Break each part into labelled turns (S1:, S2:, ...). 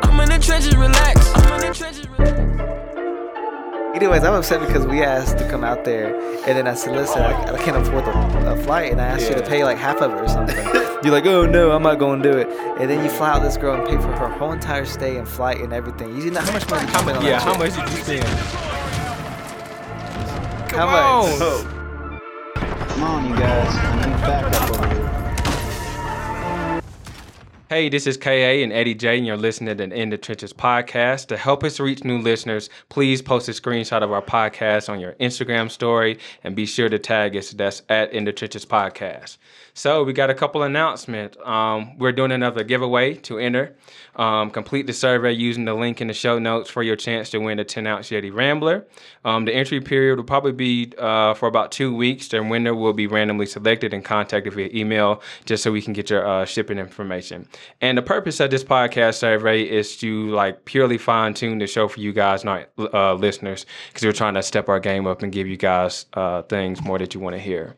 S1: trenches, relax. I'm in the trenches, relax.
S2: Anyways, I'm upset because we asked to come out there, and then I said, "Listen, I, I can't afford the a flight," and I asked you to
S3: Yeah.
S2: pay like half of it or something. You're like, "Oh no, I'm not going to do it." And then you fly out this girl and pay for her whole entire stay and flight and everything. You know how much money you spend on
S3: Yeah,
S2: that
S3: how
S2: trip?
S3: much did you spend?
S2: How
S3: Come
S2: much?
S3: on.
S4: Come on, you guys. I need backup over here.
S3: Hey, this is KA and Eddie J, and you're listening to the In the Trenches podcast. To help us reach new listeners, please post a screenshot of our podcast on your Instagram story and be sure to tag us. That's at In the Trenches podcast. So, we got a couple announcements. Um, we're doing another giveaway to enter. Um, complete the survey using the link in the show notes for your chance to win a 10 ounce Yeti Rambler. Um, the entry period will probably be uh, for about two weeks. The winner will be randomly selected and contacted via email just so we can get your uh, shipping information. And the purpose of this podcast survey is to like purely fine tune the show for you guys, not uh, listeners, because we're trying to step our game up and give you guys uh, things more that you want to hear.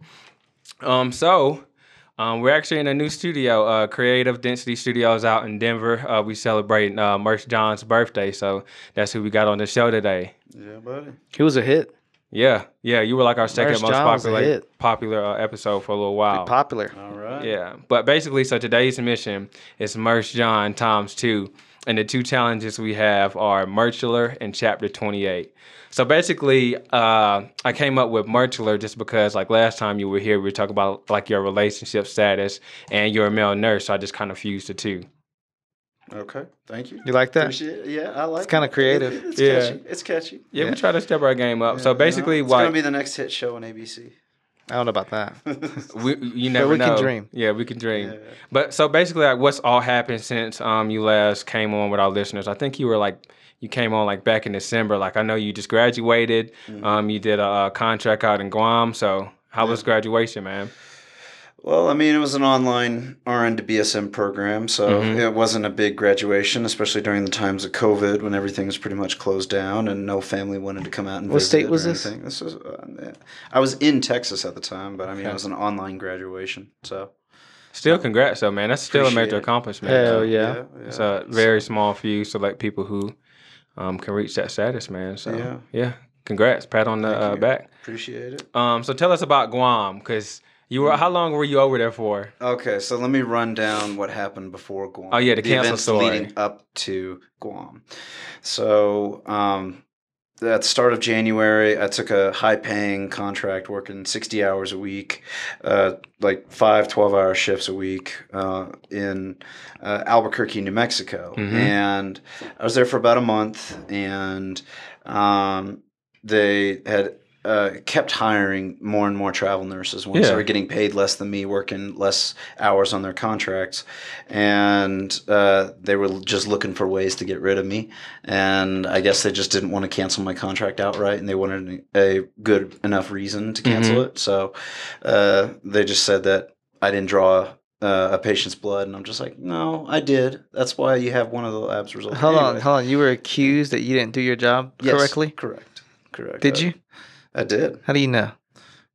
S3: Um, so um, we're actually in a new studio, uh, Creative Density Studios out in Denver. Uh, we celebrating uh, Merce John's birthday, so that's who we got on the show today.
S5: Yeah, buddy.
S6: He was a hit.
S3: Yeah, yeah, you were like our second
S6: Merce
S3: most
S6: John's a
S3: popular
S6: hit.
S3: popular uh, episode for a little while.
S6: Popular.
S5: All right.
S3: Yeah, but basically, so today's mission is Merch John times two, and the two challenges we have are Merchular and Chapter Twenty Eight. So basically, uh, I came up with Merchular just because, like last time you were here, we were talking about like your relationship status and you're a male nurse. So I just kind of fused the two.
S5: Okay. Thank you.
S2: You like that?
S5: Appreciate it. Yeah, I like.
S2: It's kinda
S5: it.
S2: creative.
S5: It- It's
S3: Yeah.
S5: catchy. It's catchy.
S3: Yeah, we try to step our game up.
S5: Yeah,
S3: so
S5: you know,
S3: basically,
S5: it's
S3: why
S5: gonna be the next hit show on ABC.
S2: I don't know about that.
S3: we you never
S2: we can
S3: know.
S2: dream.
S3: Yeah, we can dream.
S5: Yeah.
S3: But so basically, like, what's all happened since um you last came on with our listeners? I think you were like you came on like back in December. Like I know you just graduated. Um, you did a, uh contract out in Guam. So how was graduation, man?
S5: Well, I mean, it was an online RN to BSM program, so
S2: Mm-hmm.
S5: it wasn't a big graduation, especially during the times of COVID when everything was pretty much closed down and no family wanted to come out and
S2: What
S5: visit
S2: state was
S5: or
S2: this?
S5: Anything. This was, uh, I was in Texas at the time, but I mean, it was an online graduation, so
S3: Still, congrats though, man. That's still a
S5: Appreciate
S3: major
S5: it.
S3: accomplishment.
S2: Hell
S3: So
S2: yeah.
S5: yeah.
S3: It's a very small few select people who um can reach that status, man. So yeah,
S5: Yeah.
S3: congrats, pat on the
S5: Thank
S3: uh,
S5: you.
S3: back.
S5: appreciate it.
S3: Um, so tell us about Guam, cause you were how long were you over there for?
S5: Okay, so let me run down what happened before Guam.
S3: Oh, yeah, the cancel
S5: events
S3: story.
S5: leading up to Guam. So, um, at the start of January, I took a high paying contract working 60 hours a week, uh, like five 12 hour shifts a week uh, in uh, Albuquerque, New Mexico.
S3: Mhm.
S5: And I was there for about a month, and um, they had. Uh, kept hiring more and more travel nurses once
S3: Yeah.
S5: they were getting paid less than me, working less hours on their contracts, and uh, they were just looking for ways to get rid of me. And I guess they just didn't want to cancel my contract outright, and they wanted a good enough reason to cancel
S2: Mm-hmm.
S5: it. So uh, they just said that I didn't draw. Uh, a patient's blood, and I'm just like, no, I did. That's why you have one of the lab's results.
S2: Hold on,
S5: Anyway.
S2: hold on. You were accused that you didn't do your job
S5: Yes, uh,
S2: correctly.
S5: correct, correct.
S2: Did
S5: I-
S2: you?
S5: I did.
S2: How do you know?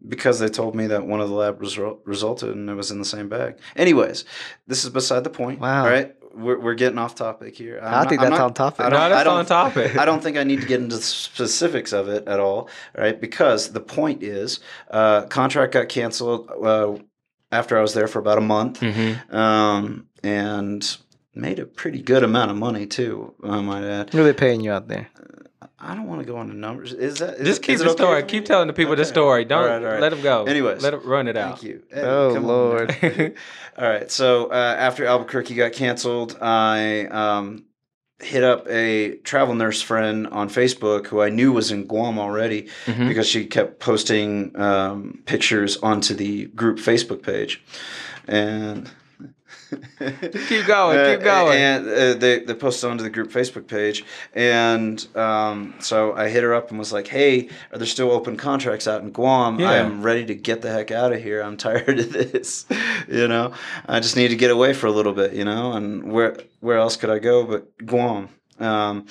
S5: because they told me that one of the lab result resulted and it was in the same bag. Anyways, this is beside the point.
S2: Wow.
S5: All right. We're, we're getting off topic here.
S2: I think that's on topic.
S5: I
S3: No,
S5: don't- I
S3: that's
S5: don't-
S3: on topic.
S5: I don't think I need to get into the specifics of it at all, right? Because the point is, uh, contract got canceled uh, after I was there for about a month,
S3: Mm-hmm.
S5: um, and made a pretty good amount of money too. I might add.
S2: What are they paying you out there?
S5: I don't want to go into numbers. Is that is,
S3: Just keep
S5: is it
S3: the
S5: okay
S3: story.
S5: for me?
S3: Keep telling the people the
S5: Okay.
S3: story. Don't
S5: All right, all right.
S3: let them go.
S5: Anyways.
S3: let them run it out.
S5: Thank you. Hey,
S2: Oh,
S5: come on.
S2: Lord.
S5: All right. So uh, after Albuquerque got canceled, I um, hit up a travel nurse friend on Facebook who I knew was in Guam already
S3: Mhm.
S5: because she kept posting um, pictures onto the group Facebook page. And.
S3: Keep going,
S5: Uh,
S3: keep going.
S5: And uh, they, they posted onto the group Facebook page. And um, so I hit her up and was like, hey, are there still open contracts out in Guam?
S3: Yeah.
S5: I'm ready to get the heck out of here. I'm tired of this. you know, I just need to get away for a little bit, you know, and where, where else could I go but Guam? Um,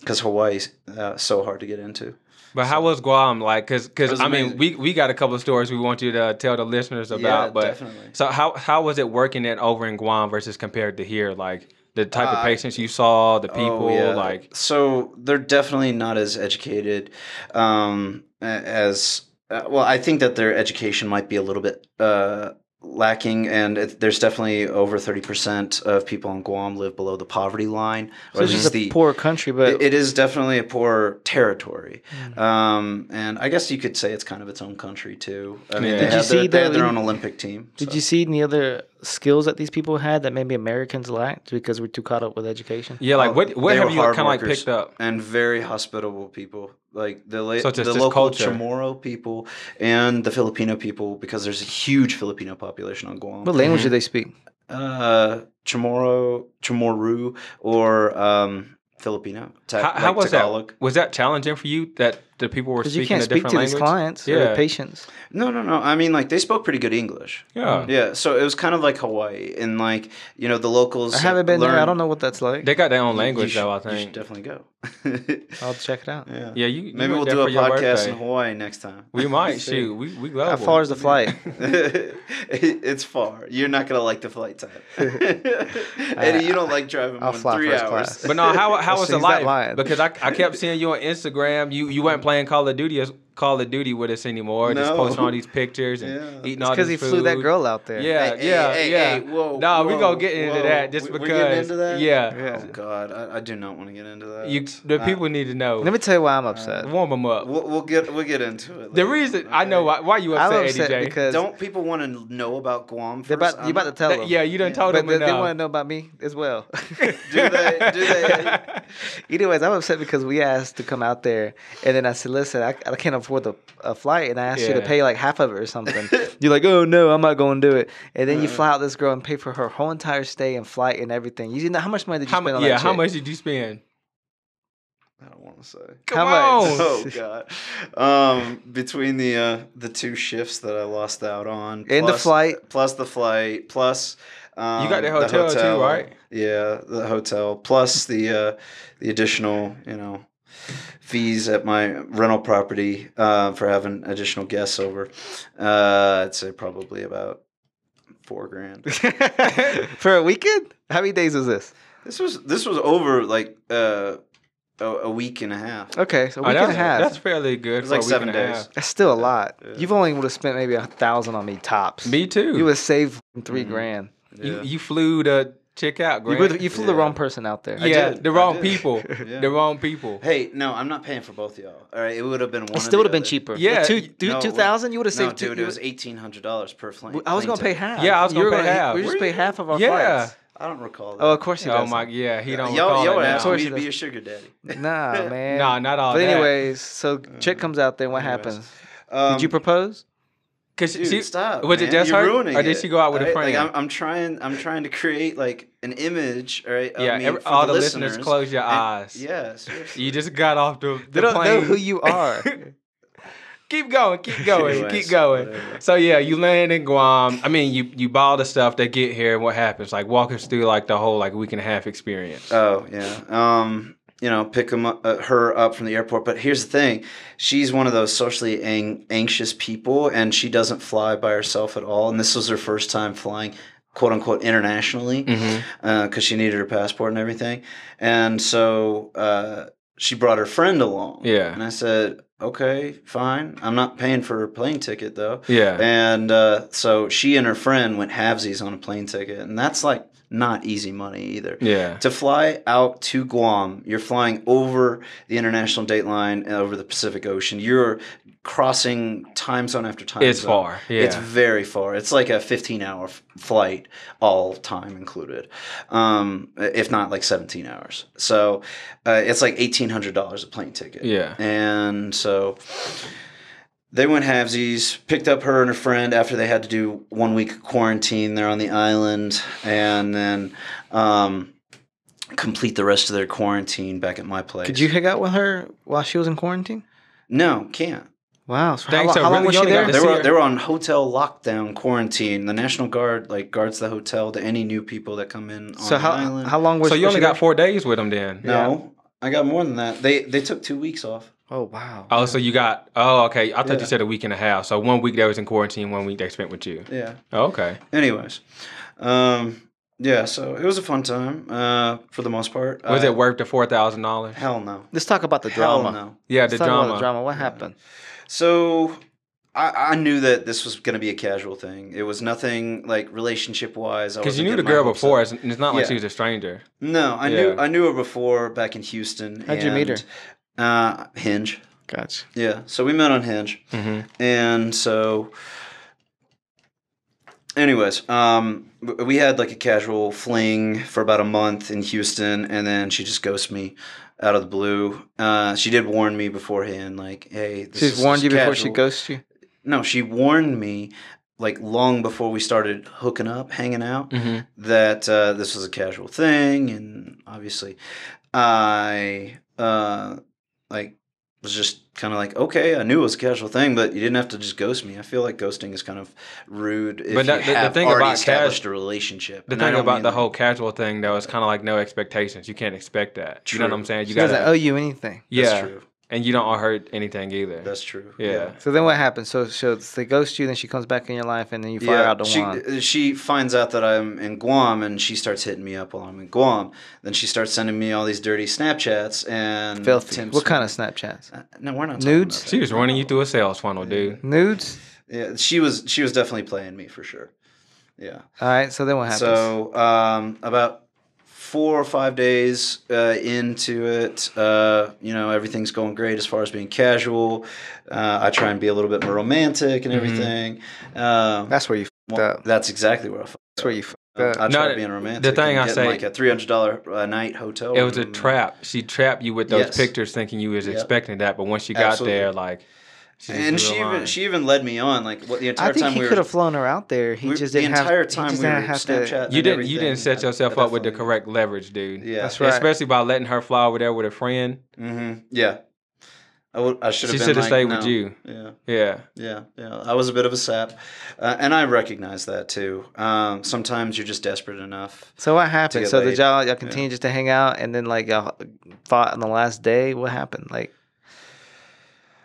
S5: Because Hawaii's uh, so hard to get into.
S3: But how was Guam like? Because
S5: was
S3: I mean,
S5: amazing.
S3: we, we got a couple of stories we want you to tell the listeners about. but
S5: definitely.
S3: so how how was it working it over in Guam versus compared to here? Like the type of
S5: Uh,
S3: patients you saw, the people,
S5: Oh, yeah.
S3: like
S5: so they're definitely not as educated um, a- as uh, well. I think that their education might be a little bit uh, lacking, and it, there's definitely over thirty percent of people on Guam live below the poverty line,
S2: So it's just a
S5: the
S2: poor country, but Hmm.
S5: it- it is definitely a poor territory, um, and I guess you could say it's kind of its own country too. I mean,
S3: Yeah.
S5: they,
S3: Did
S2: you
S5: have their,
S2: see
S5: they have
S2: the-
S5: their own Olympic team.
S2: did
S5: so.
S2: you see any other skills that these people had that maybe Americans lacked because we're too caught up with education?
S3: yeah, like
S5: Oh,
S3: what what
S5: they
S3: have
S5: were
S3: you kind
S5: hard
S3: of like
S5: workers.
S3: picked up?
S5: and very hospitable people. Like the la-
S3: So it's just
S5: the
S3: this
S5: local
S3: culture.
S5: Chamorro people and the Filipino people, because there's a huge Filipino population on Guam.
S2: What
S3: Mm-hmm.
S2: language do they speak?
S5: Uh, Chamorro, Chamorro, or um, Filipino. Ta-
S3: How, how
S5: like
S3: was
S5: Tagalog.
S3: that? Was that challenging for you that the people were
S2: Because you
S3: speaking
S2: can't
S3: a
S2: speak
S3: different
S2: to these
S3: language?
S2: clients
S3: Yeah.
S2: or patients.
S5: No, no, no. I mean, like they spoke pretty good English.
S3: Yeah.
S5: Yeah, so it was kind of like Hawaii, and like you know the locals.
S2: I haven't been there. I
S5: learned-
S2: don't know what that's like.
S3: They got their own
S5: You-
S3: language
S5: you should-
S3: though, I
S5: You
S3: think.
S5: should definitely go.
S2: I'll check it out.
S5: yeah.
S3: Yeah, you, you
S5: Maybe
S3: went
S5: we'll
S3: there
S5: do a
S3: for your
S5: podcast in
S3: birthday.
S5: Hawaii next time.
S3: We might
S5: See.
S3: shoot. We we
S2: How
S3: global.
S2: far is the flight?
S5: It- it's far. You're not gonna like the flight time. Eddie, you don't like driving
S2: I'll
S5: more than
S2: fly
S5: three
S2: first
S5: hours.
S2: class.
S3: But no, how how was
S2: see,
S3: the
S2: he's not
S3: life?
S2: lying.
S3: Because I, I kept seeing you on Instagram. You you weren't playing Call of Duty as- Call of Duty with us anymore. Just
S5: No.
S3: posting all these pictures and
S5: Yeah.
S3: eating all this
S2: Because he flew that
S3: food.
S2: girl out there.
S3: Yeah,
S5: Hey, hey,
S3: yeah,
S5: hey,
S3: yeah.
S5: hey, whoa,
S3: nah, we
S5: whoa,
S3: gonna get into
S5: whoa.
S3: that just
S5: We- we
S3: because.
S5: getting into that?
S3: Yeah,
S2: Yeah.
S5: Oh God, I, I do not want to get into that.
S3: You, the
S5: Uh,
S3: people need to know.
S2: Let me tell you why
S3: Uh,
S2: I'm upset.
S3: Warm them up.
S5: we'll, we'll get we'll get into it.
S3: the
S5: later.
S3: reason I know why, why you
S2: I'm
S3: upset,
S2: upset
S3: ADJ.
S2: because
S5: Don't people want to know about Guam? First?
S2: they're about,
S5: I'm
S2: you're about to
S5: not-
S2: tell
S3: That-
S2: them.
S3: yeah, you done told
S2: but
S3: them
S2: they, they
S3: enough.
S2: want to know about me as well.
S5: Do they? Do they?
S2: Anyways, I'm upset because we asked to come out there, and then I said, "Listen, I, I can't afford the a flight," and I asked you to
S3: Yeah.
S2: pay like half of it or something. You're like, "Oh no, I'm not going to do it." And then you fly out this girl and pay for her whole entire stay and flight and everything. You know how much money did you
S3: How, mu-
S2: spend on
S3: yeah,
S2: that?
S3: how
S2: chick?
S3: much did you spend?
S5: I don't want to say.
S3: Come
S2: much?
S3: on.
S5: Oh God! Um, between the uh, the two shifts that I lost out on,
S2: And the flight.
S5: plus the flight, plus um,
S3: got the hotel too, right?
S5: Yeah, the hotel, plus the uh, the additional, you know, fees at my rental property uh, for having additional guests over. Uh, I'd say probably about four grand.
S3: Oh,
S2: for a weekend? How many days was this?
S5: this was this was over like uh, a, a week and a half.
S2: Okay, so a
S3: Oh,
S2: week and a
S3: that's,
S2: half.
S3: that's fairly good.
S5: It was
S3: for a
S5: like
S3: week
S5: seven
S3: and a half.
S5: days.
S2: That's still a lot.
S5: Yeah.
S2: You've only would have spent maybe a thousand on me tops.
S3: Me too. Mm-hmm.
S2: You would save 3
S5: Mhm.
S2: grand.
S3: you,
S5: Yeah.
S3: you flew the check out,
S2: You,
S3: Grant.
S2: would've- you flew the
S5: Yeah.
S2: wrong person out there.
S5: I
S3: yeah,
S5: did,
S3: the
S5: I
S3: wrong
S5: did.
S3: people.
S5: Yeah.
S3: The wrong people.
S5: Hey, no, I'm not paying for both y'all. All right, it would have been one.
S2: It
S5: or
S2: still would
S5: the
S2: have been
S5: other.
S2: cheaper.
S3: Yeah,
S2: Like two
S3: you-
S2: two
S5: No, it
S2: two
S5: wouldn't.
S2: thousand. You would have
S5: No,
S2: saved
S5: dude,
S2: two.
S5: it was eighteen hundred dollars per plane.
S2: I was
S5: plane
S2: gonna pay
S5: ticket.
S2: half.
S3: Yeah, I was
S2: You were
S3: gonna pay
S2: gonna-
S3: half.
S2: We just pay half of our
S3: Yeah.
S2: flights.
S5: I don't recall that.
S2: Oh, of course he
S3: Oh
S2: does.
S3: my. Yeah, he don't
S5: y'all,
S3: recall
S5: y'all
S3: it
S5: would
S3: now.
S5: ask
S2: Of course
S5: me
S2: he
S5: to be
S2: does.
S5: your sugar daddy.
S2: Nah, man.
S3: Nah, not all
S2: But
S3: that.
S2: anyways, so chick comes out there. What happens?
S5: Uh, Um,
S2: Did you propose?
S3: Cause she-
S5: dude,
S3: she-
S5: stop.
S3: Was
S5: man.
S3: it just
S5: You're
S3: her,
S5: ruining
S3: or did
S5: it,
S3: she go out with a
S5: all right?
S3: friend?
S5: Like, I'm, I'm trying. I'm trying to create like an image. All right. of
S3: yeah,
S5: me
S3: every-
S5: for
S3: all the listeners, close your
S5: And-
S3: eyes.
S5: Yeah. seriously.
S3: You just got off the, the
S2: They don't
S3: plane.
S2: know who you are.
S3: keep going, keep going,
S5: Anyways,
S3: keep going.
S5: whatever.
S3: So yeah, you land in Guam. I mean, you you buy all the stuff. They get here. What happens? Like walk us through like the whole like week and a half experience.
S5: Oh yeah. Um, you know, pick him up, uh, her up from the airport. But here's the thing: she's one of those socially ang- anxious people, and she doesn't fly by herself at all. And this was her first time flying, quote unquote, internationally, because
S3: Mhm.
S5: uh, she needed her passport and everything. And so uh, she brought her friend along.
S3: Yeah.
S5: And I said, okay, fine. I'm not paying for her plane ticket though.
S3: Yeah.
S5: And uh, so she and her friend went halvesies on a plane ticket, and that's like not easy money either.
S3: yeah.
S5: To fly out to Guam, you're flying over the international date line and over the Pacific Ocean. You're crossing time zone after time
S3: It's
S5: zone.
S3: far. Yeah.
S5: It's very far. It's like a 15 hour f- flight, all time included, um, if not like 17 hours. So uh, it's like $1,800 a plane ticket.
S3: yeah.
S5: And so they went halvesies, picked up her and her friend after they had to do one week of quarantine there on the island, and then um, complete the rest of their quarantine back at my place.
S2: Could you hang out with her while she was in quarantine?
S5: No, can't.
S2: Wow. So how,
S3: Thanks,
S2: lo-
S3: so
S2: how long
S3: really
S2: was she
S3: you only got
S2: there?
S3: to
S5: They
S3: see
S5: were
S3: her.
S5: they were on hotel lockdown quarantine. The National Guard like guards the hotel to any new people that come in on
S2: So
S5: the
S2: how
S5: island.
S2: how long was
S3: so you
S2: was
S3: only
S2: she
S3: got
S2: there?
S3: four days with them then.
S5: no, I got more than that. They they took two weeks off.
S2: Oh wow.
S3: Oh, so you got oh okay. I thought
S5: Yeah.
S3: you said a week and a half. Oh, So one week they was in quarantine, one week they spent with you.
S5: Yeah.
S3: Okay.
S5: Anyways, um, Yeah, so it was a fun time uh, for the most part.
S3: Was
S5: I-
S3: it worth the four thousand dollars?
S5: Hell no.
S2: Let's talk about the
S5: Hell
S2: drama.
S5: no.
S3: Yeah,
S2: Let's
S3: the
S2: talk
S3: drama.
S2: About the drama. What happened?
S5: So I, I knew that this was going to be a casual thing. It was nothing like relationship wise.
S3: Because you knew the girl before. It's, it's not like
S5: Yeah.
S3: she was a stranger.
S5: No, I knew
S3: Yeah.
S5: I knew her before back in Houston.
S2: How'd you meet her?
S5: and, Uh, Hinge.
S2: Gotcha.
S5: Yeah, so we met on Hinge, and so, anyways, um, w- we had like a casual fling for about a month in Houston, and then she just ghosted me out of the blue. Uh, she did warn me beforehand, like, "Hey, this
S2: She's
S5: is
S2: warned you
S5: just
S2: before she
S5: casual.
S2: ghosts you.
S5: No, she warned me like long before we started hooking up, hanging out,
S2: Mm-hmm.
S3: Mhm.
S5: that uh, this was a casual thing, and obviously, I uh, like was just kind of like, okay, I knew it was a casual thing, but you didn't have to just ghost me. I feel like ghosting is kind of rude if
S3: But that- the-
S5: you
S3: the
S5: have
S3: thing
S5: already
S3: about cas-
S5: established a relationship.
S3: The
S5: and I
S3: thing
S5: don't
S3: about
S5: mean
S3: the
S5: that.
S3: whole casual thing though is kind of like no expectations. You can't expect that. You know what
S5: True.
S3: I'm saying? You
S2: She doesn't
S3: gotta.
S2: owe you anything.
S3: yeah,
S5: That's true.
S3: and you don't owe her anything either.
S5: That's true.
S3: Yeah.
S2: So then what happens? So so they ghost you, then she comes back in your life, and then you fire out the
S5: she,
S2: one.
S5: uh, She finds out that I'm in Guam and she starts hitting me up while I'm in Guam. Then she starts sending me all these dirty Snapchats and
S2: Filthy.
S5: Tim's-
S2: what kind of Snapchats?
S5: Uh, No, we're not
S2: Nudes?
S5: Talking
S3: she was running you through a sales funnel, dude.
S2: Nudes.
S5: about that. Yeah, she was. She was definitely playing me for sure. Yeah.
S2: All right. So then what happens?
S5: So um, about four or five days uh, into it, uh, you know, everything's going great as far as being casual. Uh, I try and be a little bit more romantic and
S3: Mm-hmm.
S5: everything. Um,
S2: that's where you fucked
S5: well,
S2: up.
S5: that's exactly where I. fucked
S2: That's where you fucked
S5: Uh,
S2: up.
S5: I tried
S3: No,
S5: being romantic.
S3: the thing
S5: and
S3: I
S5: getting,
S3: say-
S5: like a three hundred dollar a night hotel.
S3: It was a
S5: room.
S3: trap. She trapped you with those
S5: Yes.
S3: pictures, thinking you was
S5: Mm. Yep.
S3: expecting that. But once you got
S5: Absolutely.
S3: there, like, she just
S5: and
S3: drew a
S5: she even
S3: line.
S5: she even led me on like what the entire
S2: I think
S5: time
S2: he
S5: we
S2: could
S5: were.
S2: have flown her out there. He
S5: we-
S2: just
S5: the
S2: didn't have.
S5: entire
S2: he
S5: time
S2: just
S5: we were
S2: didn't have
S5: Snapchat.
S2: to.
S5: and
S3: you didn't you
S5: everything.
S3: didn't set
S5: I-
S3: yourself
S5: I
S3: up with the
S5: definitely-
S3: correct leverage, dude.
S5: Yeah,
S2: That's right.
S3: Especially by letting her fly over there with a friend.
S5: hmm Yeah, I would. I should have.
S3: She
S5: been
S3: should have
S5: like,
S3: stayed
S5: no.
S3: with you.
S5: Yeah,
S3: Yeah.
S5: yeah, yeah. I was a bit of a sap, uh, and I recognize that too. Um, sometimes you're just desperate enough.
S2: So what happened?
S5: get
S2: So did
S5: laid.
S2: y'all y'all continue just to hang out, and then like y'all fought on the last day? What happened? Like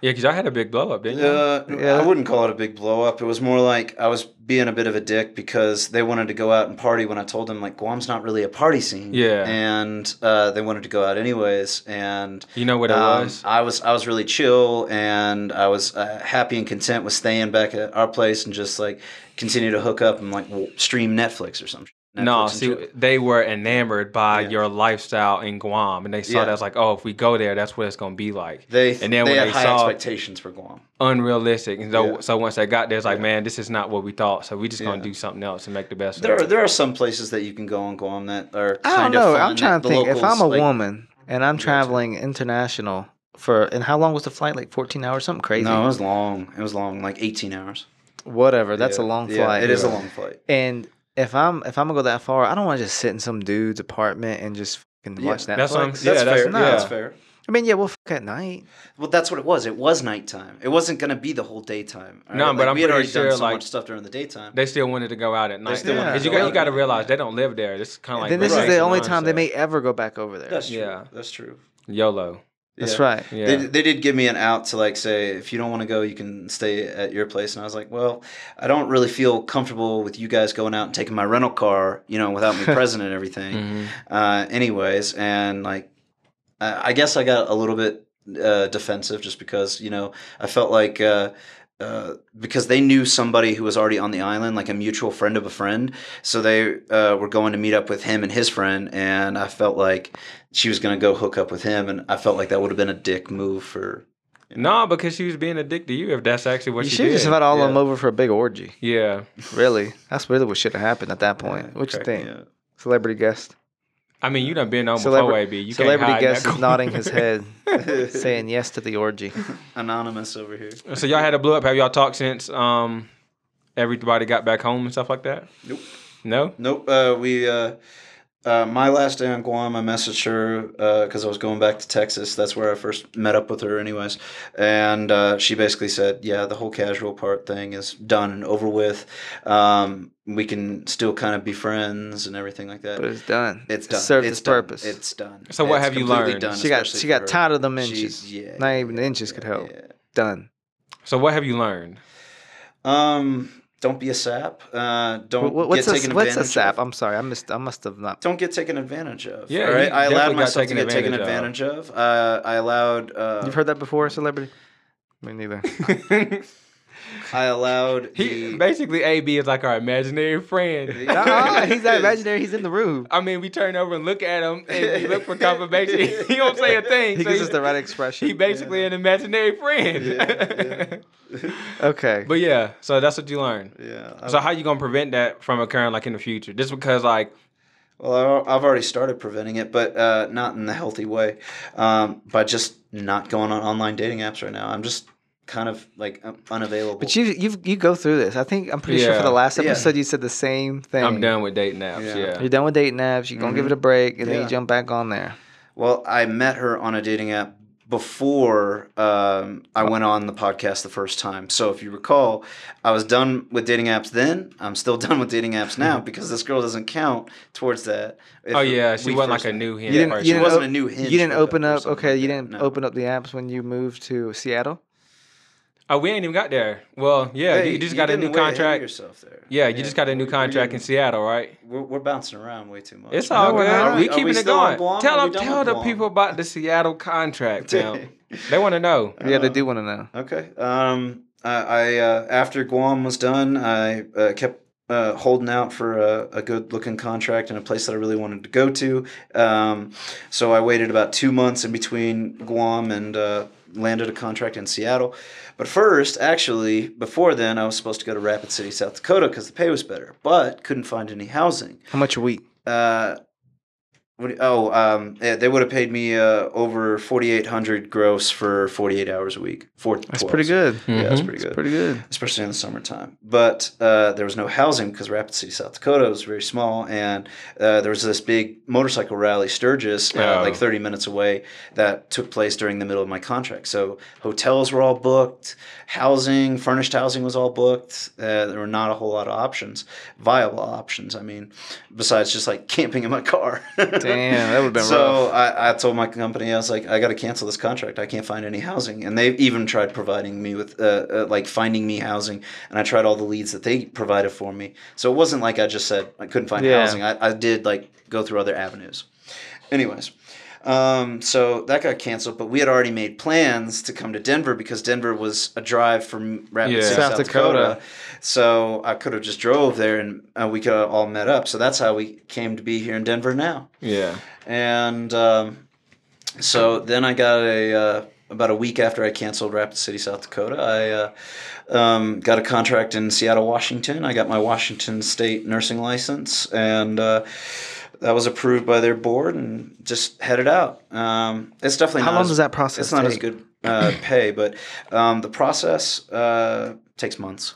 S3: Yeah, because I had a big blow up, didn't you?
S5: Uh,
S2: Yeah.
S5: I wouldn't call it a big blow up. It was more like I was being a bit of a dick because they wanted to go out and party when I told them like Guam's not really a party scene.
S3: Yeah.
S5: and uh, they wanted to go out anyways. And
S3: you know what it
S5: um,
S3: was?
S5: I was I was really chill and I was uh, happy and content with staying back at our place and just like continue to hook up and like w- stream Netflix or something.
S3: No, see, they were enamored by
S5: Yeah.
S3: your lifestyle in Guam, and they saw
S5: Yeah.
S3: that as like, oh, if we go there, that's what it's gonna be like.
S5: They
S3: and then
S5: they
S3: when
S5: had
S3: they
S5: high
S3: saw
S5: expectations for Guam.
S3: unrealistic, and so,
S5: Yeah.
S3: so once they got there, it's like, man, this is not what we thought. So we just gonna
S5: Yeah.
S3: do something else and make the best.
S5: There
S3: of
S5: are,
S3: it.
S5: there are some places that you can go on Guam that are
S2: I don't
S5: kind of
S2: know.
S5: fun
S2: I'm
S5: that
S2: trying to
S5: the
S2: think. If
S5: locals,
S2: I'm a
S5: like-
S2: woman and I'm traveling international for, and how long was the flight? Like 14 hours, something crazy.
S5: No, it was long. It was long, like 18 hours.
S2: Whatever. That's a
S5: Yeah.
S2: long
S5: Yeah,
S2: flight.
S5: it is a long flight.
S2: And if I'm if I'm gonna go that far, I don't want to just sit in some dude's apartment and just fucking
S5: Yeah,
S2: watch Netflix.
S3: that's what I'm-
S5: That's
S3: Yeah, that's-
S5: fair.
S2: no.
S5: that's fair.
S2: I mean, yeah, we'll fuck at night.
S5: Well, that's what it was. It was nighttime. It wasn't going to be the whole daytime. all
S3: No,
S5: right?
S3: but
S5: Like,
S3: I'm
S5: we had
S3: pretty
S5: already
S3: sure,
S5: done so
S3: like-
S5: much stuff during the daytime.
S3: They still wanted to go out at night.
S5: still
S2: wanted
S3: Because
S2: to
S3: you
S2: go
S3: got
S2: out
S3: you got to
S5: at night,
S3: realize
S5: yeah.
S3: they don't live there. It's kind of like
S2: then this
S5: right.
S2: is the
S5: Right.
S2: only time they may ever go back over there.
S5: That's
S2: That's,
S5: true.
S3: Yeah.
S5: That's true.
S3: YOLO.
S5: Yeah.
S2: right.
S3: Yeah.
S5: They, they did give me an out to like say if you don't want to go you can stay at your place and I was like well I don't really feel comfortable with you guys going out and taking my rental car you know without me present and everything
S3: Mhm.
S5: uh, anyways and like I, I guess I got a little bit uh, defensive just because you know I felt like uh, uh, because they knew somebody who was already on the island, like a mutual friend of a friend, so they uh, were going to meet up with him and his friend, and I felt like she was going to go hook up with him, and I felt like that would have been a dick move for.
S3: No, because she was being a dick to you. If that's actually what
S2: you
S3: she
S2: should have
S3: did.
S2: just invited all
S5: Yeah.
S2: of them over for a big orgy.
S3: yeah.
S2: Really, that's really what should have happened at that point. what you
S5: uh, Correct,
S2: think?
S5: yeah.
S2: Celebrity guest.
S3: I mean, you done been on before,
S2: Celebra-
S3: AB. You
S2: celebrity
S3: can't hide
S2: guest
S3: that
S2: is
S3: cor-
S2: nodding his head, saying yes to the orgy.
S5: Anonymous over here.
S3: So y'all had a blow up. Have y'all talked since um everybody got back home and stuff like that?
S5: Nope.
S3: No.
S5: Nope. Uh, we uh, uh, my last day on Guam, I messaged her because I was going back to Texas. That's where I first met up with her, anyways. And uh, she basically said, "Yeah, the whole casual part thing is done and over with. Um, we can still kind of be friends and everything like that."
S2: But it's done.
S5: it's
S2: It
S5: done.
S2: served
S5: it's
S2: its
S5: done.
S2: purpose.
S5: It's done.
S3: So what
S5: It's
S3: have you
S5: completely
S3: learned?
S5: done,
S2: she got
S5: especially
S2: she
S5: for
S2: got
S5: her.
S2: tired of them
S5: She's-
S2: inches.
S5: yeah,
S2: Not even
S5: yeah,
S2: the inches
S5: yeah,
S2: could help.
S5: yeah.
S2: Done.
S3: So what have you learned?
S5: Um, Don't be a sap. Uh, don't
S2: Wh- wh- What's
S5: get
S2: a,
S5: taken
S2: what's a
S5: advantage
S2: sap?
S5: Of.
S2: I'm sorry, I missed. I must have not.
S5: Don't get taken advantage of.
S3: Yeah,
S5: all right?
S3: you
S5: I
S3: definitely
S5: allowed
S3: got
S5: myself to
S3: taken
S5: get taken
S3: advantage
S5: advantage of. Uh, I allowed. Uh,
S2: You've heard that before, celebrity? Me neither.
S5: I allowed.
S3: he
S5: the,
S3: basically AB is like our imaginary friend.
S2: Nuh-uh, he's not imaginary. He's in the room.
S3: I mean, we turn over and look at him and we look for confirmation. he don't say a thing.
S2: He
S3: so
S2: gives
S3: he-
S2: us the right expression.
S3: He basically an imaginary friend.
S5: Yeah,
S2: okay.
S3: but yeah, so that's what you learn.
S5: yeah. I-
S3: So how you gonna prevent that from occurring like in the future? Just because like
S5: Well, I- I've already started preventing it, but uh, not in the healthy way. Um, by just not going on online dating apps right now. I'm just kind of like um, unavailable.
S2: But you you you go through this. I think I'm pretty sure for
S3: Yeah.
S2: the last
S5: Yeah.
S2: episode you said the same thing.
S3: I'm done with dating apps.
S5: Yeah.
S3: Yeah.
S2: You're done with dating apps. You're gonna give it a break, and then you
S5: Mm-hmm. Yeah.
S2: jump back on there.
S5: well, I met her on a dating app before um, I went on the podcast the first time. So if you recall, I was done with dating apps then. I'm still done with dating apps now because this girl doesn't count towards that. If
S3: Mm-hmm. Oh yeah, she
S5: we
S3: wasn't
S5: first
S3: like a
S5: met.
S3: new him.
S2: You didn't.
S3: person.
S2: You didn't
S5: wasn't
S2: op-
S5: a new Hinge
S2: You didn't
S5: hookup
S2: open
S5: or
S2: up.
S5: something
S2: Okay,
S5: like
S2: you
S5: that,
S2: didn't
S5: no.
S2: open up the apps when you moved to Seattle.
S3: oh, we ain't even got there. Well, yeah,
S5: Hey,
S3: you just got a
S5: getting
S3: new
S5: way ahead of
S3: contract.
S5: Yourself there.
S3: Yeah, you just got a new
S5: we're
S3: contract in
S5: getting-
S3: Seattle, right?
S5: We're, we're bouncing around way too much.
S3: It's all
S2: No, we're
S3: good.
S2: not.
S3: We
S5: Are
S3: keeping it
S5: still on
S3: going.
S5: Guam?
S3: Tell
S5: Are
S3: them,
S5: we done
S3: tell
S5: with
S3: the
S5: Guam?
S3: people about the Seattle contract. Now. they want to know.
S2: Yeah,
S5: Uh,
S2: they do want to know.
S5: Okay. Um, I, I uh, after Guam was done, I uh, kept uh, holding out for a, a good looking contract and a place that I really wanted to go to. Um, so I waited about two months in between Guam and uh, landed a contract in Seattle. But first, actually, before then, I was supposed to go to Rapid City, South Dakota, because the pay was better, but couldn't find any housing.
S2: How much a week?
S5: Uh, what, do- oh, um, yeah, they would have paid me uh, over forty eight hundred gross for forty eight hours a week. Four,
S2: That's pretty good.
S5: Yeah, that's pretty
S2: That's
S5: good,
S2: Mm-hmm. pretty good.
S5: especially in the summertime. But uh, there was no housing because Rapid City, South Dakota, was very small, and uh, there was this big motorcycle rally, Sturgis, uh,
S3: Oh.
S5: like thirty minutes away, that took place during the middle of my contract. So hotels were all booked, housing, furnished housing was all booked. Uh, there were not a whole lot of options, viable options. I mean, besides just like camping in my car.
S2: Damn, that would have been rough.
S5: So I, I told my company, I was like, I got to cancel this contract. I can't find any housing. And they even tried providing me with, uh, uh, like, finding me housing. And I tried all the leads that they provided for me. So it wasn't like I just said I couldn't find
S2: Yeah.
S5: housing. I, I did, like, go through other avenues. Anyways. Um, so that got canceled, but we had already made plans to come to Denver because Denver was a drive from Rapid
S3: Yeah.
S5: City,
S2: South
S5: South,
S2: Dakota.
S5: Dakota. So I could have just drove there and uh, we could have all met up. So that's how we came to be here in Denver now
S3: Yeah.
S5: and um, so then I got a uh, about a week after I canceled Rapid City, South Dakota. I uh, um, got a contract in Seattle, Washington. I got my Washington State nursing license, and uh, that was approved by their board, and just headed out. Um, it's definitely
S2: How
S5: not
S2: long
S5: as-
S2: does that process
S5: It's not as
S2: take?
S5: good uh, pay, but um, the process uh, takes months.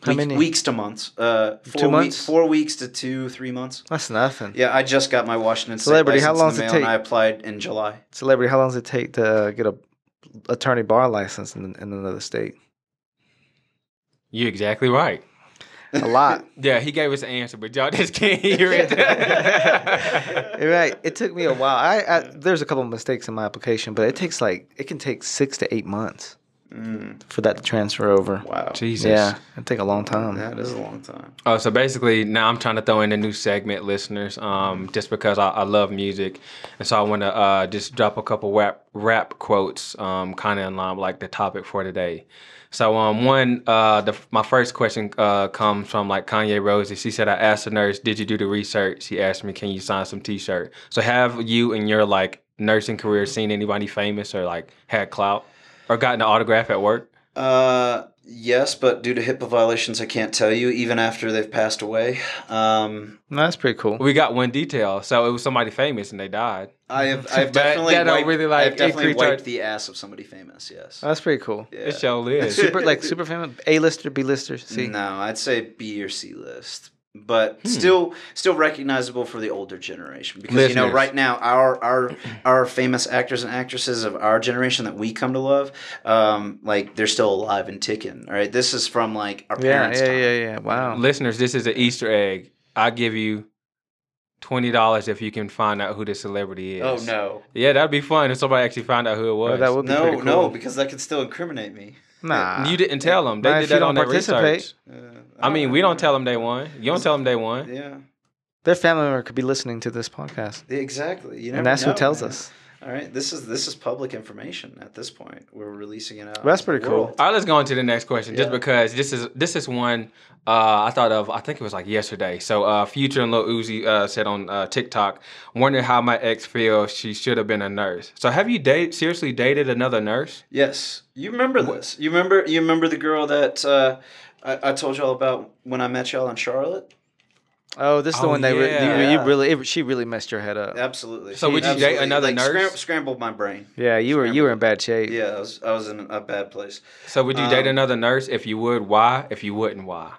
S2: How
S5: Week-
S2: many?
S5: weeks to months? Uh, four
S2: Two
S5: wee-
S2: months?
S5: four weeks to two, three months.
S2: That's nothing.
S5: Yeah, I just got my Washington State
S2: Celebrity, how
S5: license
S2: long
S5: in the
S2: does
S5: mail,
S2: it
S5: and I
S2: take?
S5: applied in July.
S2: Celebrity, how long does it take to get a attorney bar license in, in another state?
S3: You're exactly right.
S2: A lot.
S3: Yeah, he gave us the answer, but y'all just can't hear it.
S2: You're right. It took me a while. I, I there's a couple of mistakes in my application, but it takes like it can take six to eight months for that to transfer over.
S5: Mm. Wow,
S3: Jesus.
S2: Yeah, it take a long time.
S5: that is a long time.
S3: Oh, so basically now I'm trying to throw in a new segment, listeners, um, just because I, I love music, and so I want to uh, just drop a couple rap rap quotes, um, kind of in line with, like the topic for today. So um, one, uh, the, my first question uh, comes from like Kanye Rosie. She said, "I asked the nurse, did you do the research? She asked me, can you sign some T-shirt? So have you in your like nursing career seen anybody famous or like had clout or gotten an autograph at work?
S5: Uh, yes, but due to HIPAA violations, I can't tell you even after they've passed away. Um,
S2: No, that's pretty cool.
S3: We got one detail. So it was somebody famous and they died.
S5: I have, I've
S3: That-
S5: definitely,
S3: that don't
S5: wiped,
S3: really, like,
S5: I've definitely
S3: increase our-
S5: wiped the ass of somebody famous. Yes.
S3: Uh,
S2: That's pretty cool.
S5: Yeah.
S3: It sure is.
S2: Super like super famous A lister, B lister, C.
S5: No, I'd say B or C list, but
S2: Hmm.
S5: still still recognizable for the older generation because you know
S3: Listeners.
S5: right now our our our famous actors and actresses of our generation that we come to love, um, like they're still alive and ticking. All right, this is from like our
S2: Yeah,
S5: parents'
S2: yeah,
S5: time.
S2: yeah, yeah. Wow.
S3: listeners, this is an Easter egg. I give you twenty dollars if you can find out who the celebrity is.
S5: Oh no.
S3: Yeah, that'd be fun if somebody actually found out who it was.
S2: that would be
S5: No,
S2: pretty cool.
S5: no, because that could still incriminate me.
S2: Nah.
S3: You didn't tell them. They
S2: Nah,
S3: did
S2: if you
S3: that on
S2: don't
S3: their
S2: participate.
S3: research. I mean, we don't tell them they won. You don't tell them they won.
S5: Uh, Yeah. e,
S2: Their family member could be listening to this podcast.
S5: Exactly. You never
S2: And that's
S5: know,
S2: who tells
S5: man.
S2: us.
S5: All right. This is this is public information at this point. We're releasing it out.
S2: Well, that's
S5: in
S2: pretty
S5: the
S2: cool.
S5: world.
S3: All right, let's go on to the next question, just
S5: Yeah.
S3: because this is this is one uh, I thought of. I think it was like yesterday. So uh, Future and Lil Uzi uh, said on uh, TikTok, "Wondering how my ex feels. She should have been a nurse." So have you date seriously dated another nurse?
S5: Yes, you remember this. You remember you remember the girl that uh, I, I told y'all about when I met y'all in Charlotte.
S2: Oh, this is the
S3: Oh,
S2: one that re-
S3: yeah.
S2: you, you
S5: Yeah.
S2: really it, she really messed your head up.
S5: Absolutely.
S3: So would you date
S5: absolutely,
S3: another nurse?
S5: scrambled my brain.
S2: Yeah, you were you were in bad shape.
S5: Yeah, I was I was in a bad place.
S3: So would you date
S5: Um,
S3: another nurse? If you would, why? If you wouldn't, why?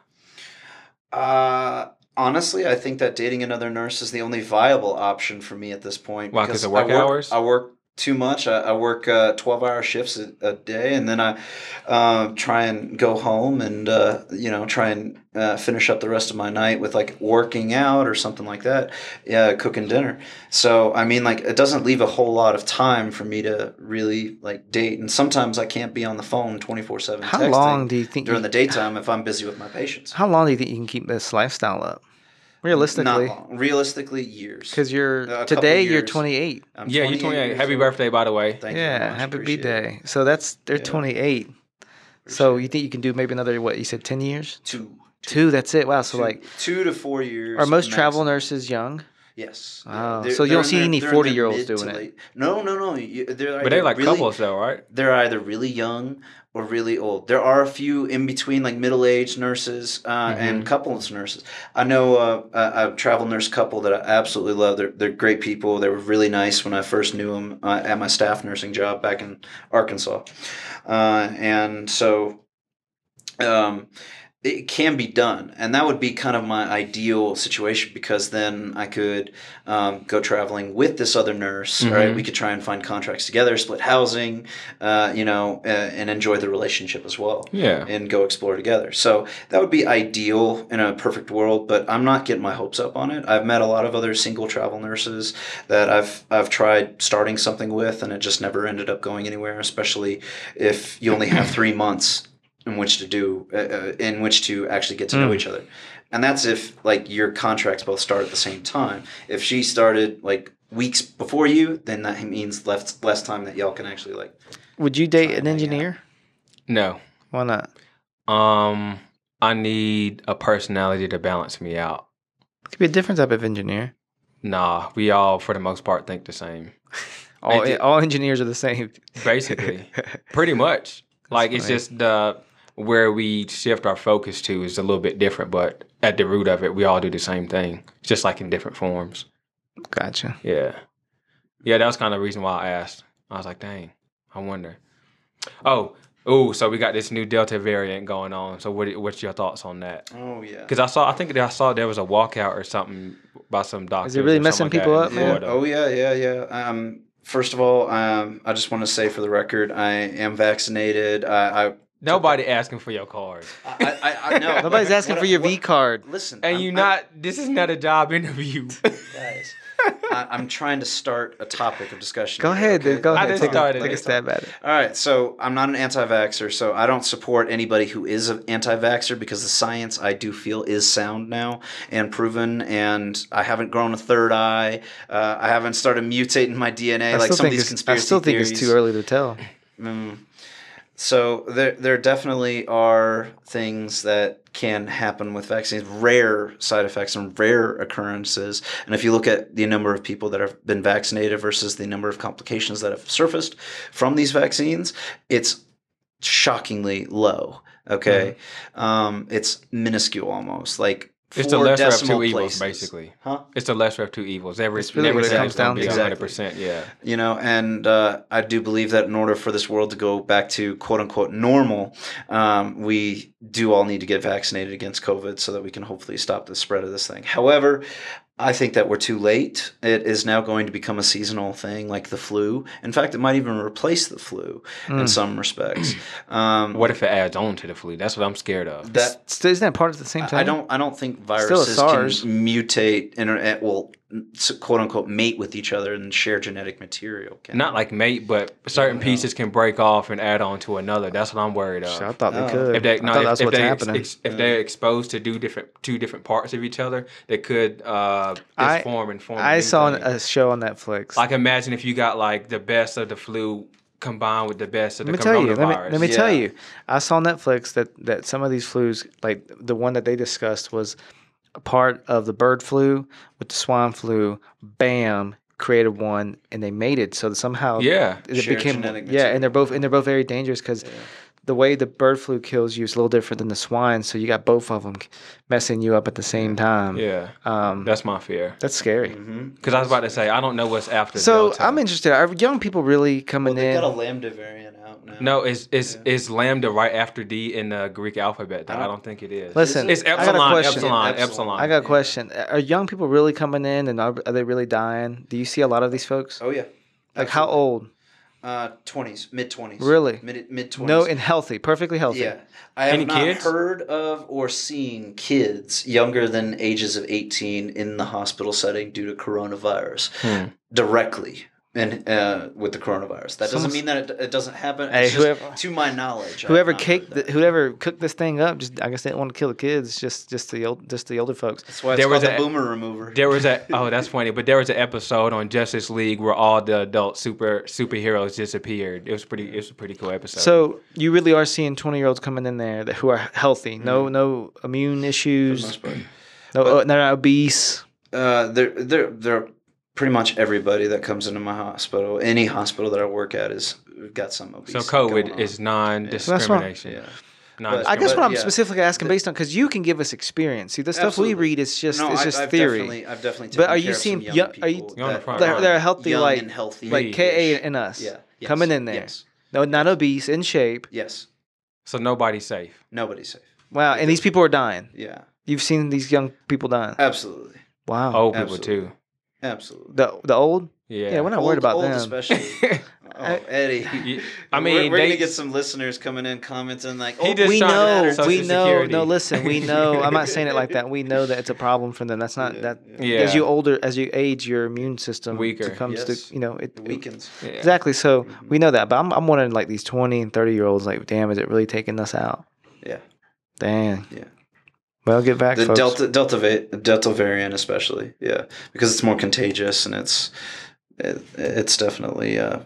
S5: Uh, honestly, I think that dating another nurse is the only viable option for me at this point.
S3: Why, 'cause of work
S5: I work,
S3: hours?
S5: I work too much. I, I work uh, twelve-hour shifts a, a day, and then I uh, try and go home and uh, you know try and uh, finish up the rest of my night with like working out or something like that. Yeah, cooking dinner. So I mean, like it doesn't leave a whole lot of time for me to really like date, and sometimes I can't be on the phone twenty-four-seven.
S2: How
S5: texting
S2: long do you think
S5: during
S2: you-
S5: the daytime if I'm busy with my patients?
S2: How long do you think you can keep this lifestyle up? Realistically,
S5: Not long. Realistically, years.
S2: because
S5: A
S2: you're
S5: couple
S2: today you're
S5: years.
S2: 28.
S5: I'm
S3: yeah, you're 28.
S5: years
S3: Happy
S5: old.
S3: birthday, by the way.
S5: Thank you very
S2: Yeah,
S5: much.
S2: happy B
S5: Appreciate it.
S2: day. So that's they're
S5: Yeah.
S2: 28. So you think you can do maybe another what you said 10 years?
S5: Two.
S2: Two. That's it. Wow. So
S5: Two-
S2: like,
S5: two to four years.
S2: are most
S5: max.
S2: travel nurses young?
S5: Yes.
S2: Oh,
S5: They're-
S2: so you don't
S5: they're in
S2: see
S5: their-
S2: any
S5: they're in their
S2: 40-year-olds
S5: mid to
S2: doing it?
S5: late- No, no, no. You, they're
S3: But they
S5: either
S3: like
S5: really-
S3: couples though, right?
S5: They're either really young or really old. There are a few in between, like middle aged nurses uh, and
S2: Mm-hmm.
S5: couples nurses. I know uh, a, a travel nurse couple that I absolutely love. They're, they're great people. They were really nice when I first knew them uh, at my staff nursing job back in Arkansas. Uh, and so um, it can be done and that would be kind of my ideal situation because then i could um, go traveling with this other nurse right we could try and find contracts together split housing uh, you know uh, and enjoy the relationship as well
S3: Yeah.
S5: and go explore together so that would be ideal in a perfect world but i'm not getting my hopes up on it i've met a lot of other single travel nurses that i've i've tried starting something with and it just never ended up going anywhere especially if you only have three months in which to do uh, uh, in which to actually get to know each other and that's if like your contracts both start at the same time if she started like weeks before you then that means less less time that y'all can actually like
S2: Would you date an
S5: hang out.
S2: engineer?
S3: No.
S2: Why not?
S3: Um, I need a personality to balance me out.
S2: It could be a different type of engineer.
S3: Nah, we all for the most part think the same.
S2: All,
S3: They do.
S2: all engineers are the same.
S3: Basically, pretty much. like it's
S2: funny.
S3: just the where we shift our focus to is a little bit different, but at the root of it, we all do the same thing, just like in different forms.
S2: Gotcha.
S3: Yeah, yeah. That was kind of the reason why I asked. I was like, dang, I wonder. Oh, oh. So we got this new Delta variant going on. So what? What's your thoughts on that?
S5: oh yeah
S3: Because I saw, I think that I saw there was a walkout or something by some doctors.
S2: really
S3: or
S2: messing
S3: something
S2: people
S3: that
S2: up,
S3: in
S2: man?
S3: Florida.
S5: Oh yeah, yeah, yeah. Um, first of all, um, I just want to say for the record, I am vaccinated. I, I,
S3: Nobody asking for your card,
S5: I, I, I no.
S2: Nobody's asking
S5: What-
S2: for your
S5: what-
S2: V card.
S5: Listen,
S3: and
S5: I'm-
S3: you
S5: I'm-
S3: not. this is not a job interview.
S5: guys. I, I'm trying to start a topic of discussion.
S2: Go
S5: here,
S2: ahead,
S5: okay?
S2: dude. Go
S3: I
S2: ahead.
S3: just
S2: Take a,
S3: started
S2: take a
S3: it.
S2: stab at it.
S5: All right, so I'm not an anti-vaxxer, so I don't support anybody who is an anti-vaxxer because the science I do feel is sound now and proven, and I haven't grown a third eye. Uh, I haven't started mutating my DNA like some of these
S2: it's, I
S5: conspiracy
S2: still think
S5: theories.
S2: it's too early to tell.
S5: So there, there definitely are things that can happen with vaccines, rare side effects and rare occurrences. And if you look at the number of people that have been vaccinated versus the number of complications that have surfaced from these vaccines, it's shockingly low. Okay, um, it's minuscual almost. Like
S3: Mm-hmm. it's the
S5: four
S3: lesser of
S5: decimal
S3: two evils,
S5: places.
S3: basically.
S5: Huh?
S3: It's the lesser of two evils. Every,
S2: That's really what it comes down to.
S3: Exactly. percent Yeah.
S5: you know and uh, i do believe that in order for this world to go back to quote unquote normal um, we do all need to get vaccinated against covid so that we can hopefully stop the spread of this thing however i think that we're too late it is now going to become a seasonal thing like the flu in fact it might even replace the flu
S2: Hmm.
S5: in some respects um,
S3: What if it adds on to the flu? That's what I'm scared of.
S5: that
S2: So isn't that part at the same time?
S5: I don't. I don't think
S2: Still a
S5: viruses
S2: SARS.
S5: can mutate. Internet. Well, s- quote unquote mate with each other and share genetic material. Can
S3: Not like mate, but certain pieces can break off and add on to another. That's what I'm worried of.
S2: Shit, I thought
S5: Oh.
S2: they could.
S3: if they
S2: I
S3: no,
S2: thought
S3: if,
S2: that's
S3: if
S2: what's
S3: they ex-
S2: happening. Mm.
S3: ex- if they're exposed to do different two different parts of each other, they could uh,
S2: I-
S3: disform and form. a
S2: I
S3: new
S2: saw
S3: thing.
S2: an, a show on Netflix.
S3: like imagine if you got like the best of the flu combined with the best of the
S2: let me tell you. Let
S3: coronavirus.
S2: me, let me tell
S5: Yeah.
S2: you. I saw on Netflix that that some of these flus, like the one that they discussed, was a part of the bird flu with the swine flu. Bam, created one, and they mated. So that somehow,
S3: Yeah.
S2: it
S5: Shared
S2: became
S5: genetic
S2: yeah, and they're both and they're both very dangerous because. The way the bird flu kills you is a little different than the swine, so you got both of them messing you up at the same time.
S3: Yeah,
S2: um,
S3: that's my fear.
S2: that's scary.
S5: Mm-hmm.
S3: Because I was about to say I don't know what's after.
S2: So
S3: Delta.
S2: I'm interested. Are young people really coming
S5: They
S2: in?
S5: got a lambda variant out now.
S3: no, is is is lambda right after D in the Greek alphabet? Though? I, don't, think it is.
S2: Listen,
S3: it's
S2: I got a
S3: epsilon,
S2: question.
S3: epsilon,
S5: Epsilon.
S3: epsilon.
S2: I got a question. Are young people really coming in and are, are they really dying? Do you see a lot of these folks?
S5: Oh yeah.
S2: like how old?
S5: Uh, twenties, mid twenties.
S2: Really?
S5: Mid mid twenties.
S2: No, and healthy, perfectly healthy.
S5: Yeah, I have
S3: Any
S5: not
S3: kids?
S5: heard of or seen kids younger than ages of eighteen in the hospital setting due to coronavirus
S2: Hmm.
S5: directly. And uh, with the coronavirus, that doesn't mean that it, it doesn't happen. It's
S2: Hey,
S5: just
S2: whoever-
S5: to my knowledge, I have
S2: Whoever
S5: not heard
S2: caked,
S5: that.
S2: the, whoever cooked this thing up, just I guess they didn't want to kill the kids, just just the old, just the older folks.
S5: That's why it's
S3: there was
S5: called the
S3: a-
S5: boomer remover.
S3: There was a oh that's funny, but there was an episode on Justice League where all the adult super superheroes disappeared. It was pretty. It was a pretty cool episode.
S2: So you really are seeing twenty year olds coming in there that, who are healthy,
S5: Mm-hmm.
S2: no no immune issues, no uh, they're not obese.
S5: Uh, they're they're they're pretty much everybody that comes into my hospital, any hospital that I work at, is got some obese.
S3: so
S5: going
S3: COVID
S5: on.
S3: is non-discrimination.
S5: Yeah.
S3: Non-discrimination.
S2: I guess
S5: But,
S2: what I'm
S5: yeah.
S2: specifically asking based on because you can give us experience. See, the stuff
S5: Absolutely.
S2: we read is just
S5: no,
S2: it's
S5: I've,
S2: just
S5: I've
S2: theory.
S5: Definitely, I've definitely.
S2: But
S5: taken
S2: are you
S5: care of some
S2: seeing
S5: young
S2: young- are you-
S5: people
S3: You're on the
S5: that
S3: front
S2: they're,
S3: line.
S2: they're healthy,
S5: young
S2: like
S5: and healthy,
S2: like Ka and us,
S5: Yeah, yes,
S2: coming in there.
S5: yes.
S2: No, not obese, in shape.
S5: Yes,
S3: so nobody's safe.
S5: nobody's safe.
S2: Wow, and these people are dying.
S5: Yeah,
S2: You've seen these young people dying.
S5: Uh, absolutely,
S2: Wow.
S3: Old people
S5: absolutely.
S3: too.
S5: absolutely.
S2: The the old.
S3: Yeah.
S2: Yeah, we're not worried about
S5: old
S2: them.
S5: especially. oh, Eddie.
S3: You-
S5: I
S3: I
S5: mean, we're,
S3: mean,
S5: we're
S3: they
S5: gonna get some listeners coming in commenting like, "Oh,
S3: He just
S2: we
S3: trying to
S2: know,
S3: matter Social
S2: we know.
S3: Security.
S2: No, listen, we know. I'm not saying it like that. We know that it's a problem for them. That's not that.
S3: Yeah.
S2: As you older, as you age, your immune system
S3: Weaker.
S2: becomes
S5: Yes. Mm-hmm.
S2: to you know it
S5: it
S2: it-
S5: weakens."
S2: Exactly. So we know that, but I'm I'm wondering like these 20 and 30 year olds. Like, damn, is it really taking us out?
S5: Yeah.
S2: Dang.
S5: Yeah.
S2: Well, get back,
S5: the
S2: folks.
S5: delta delta va- delta variant especially yeah because it's more contagious and it's it, it's definitely uh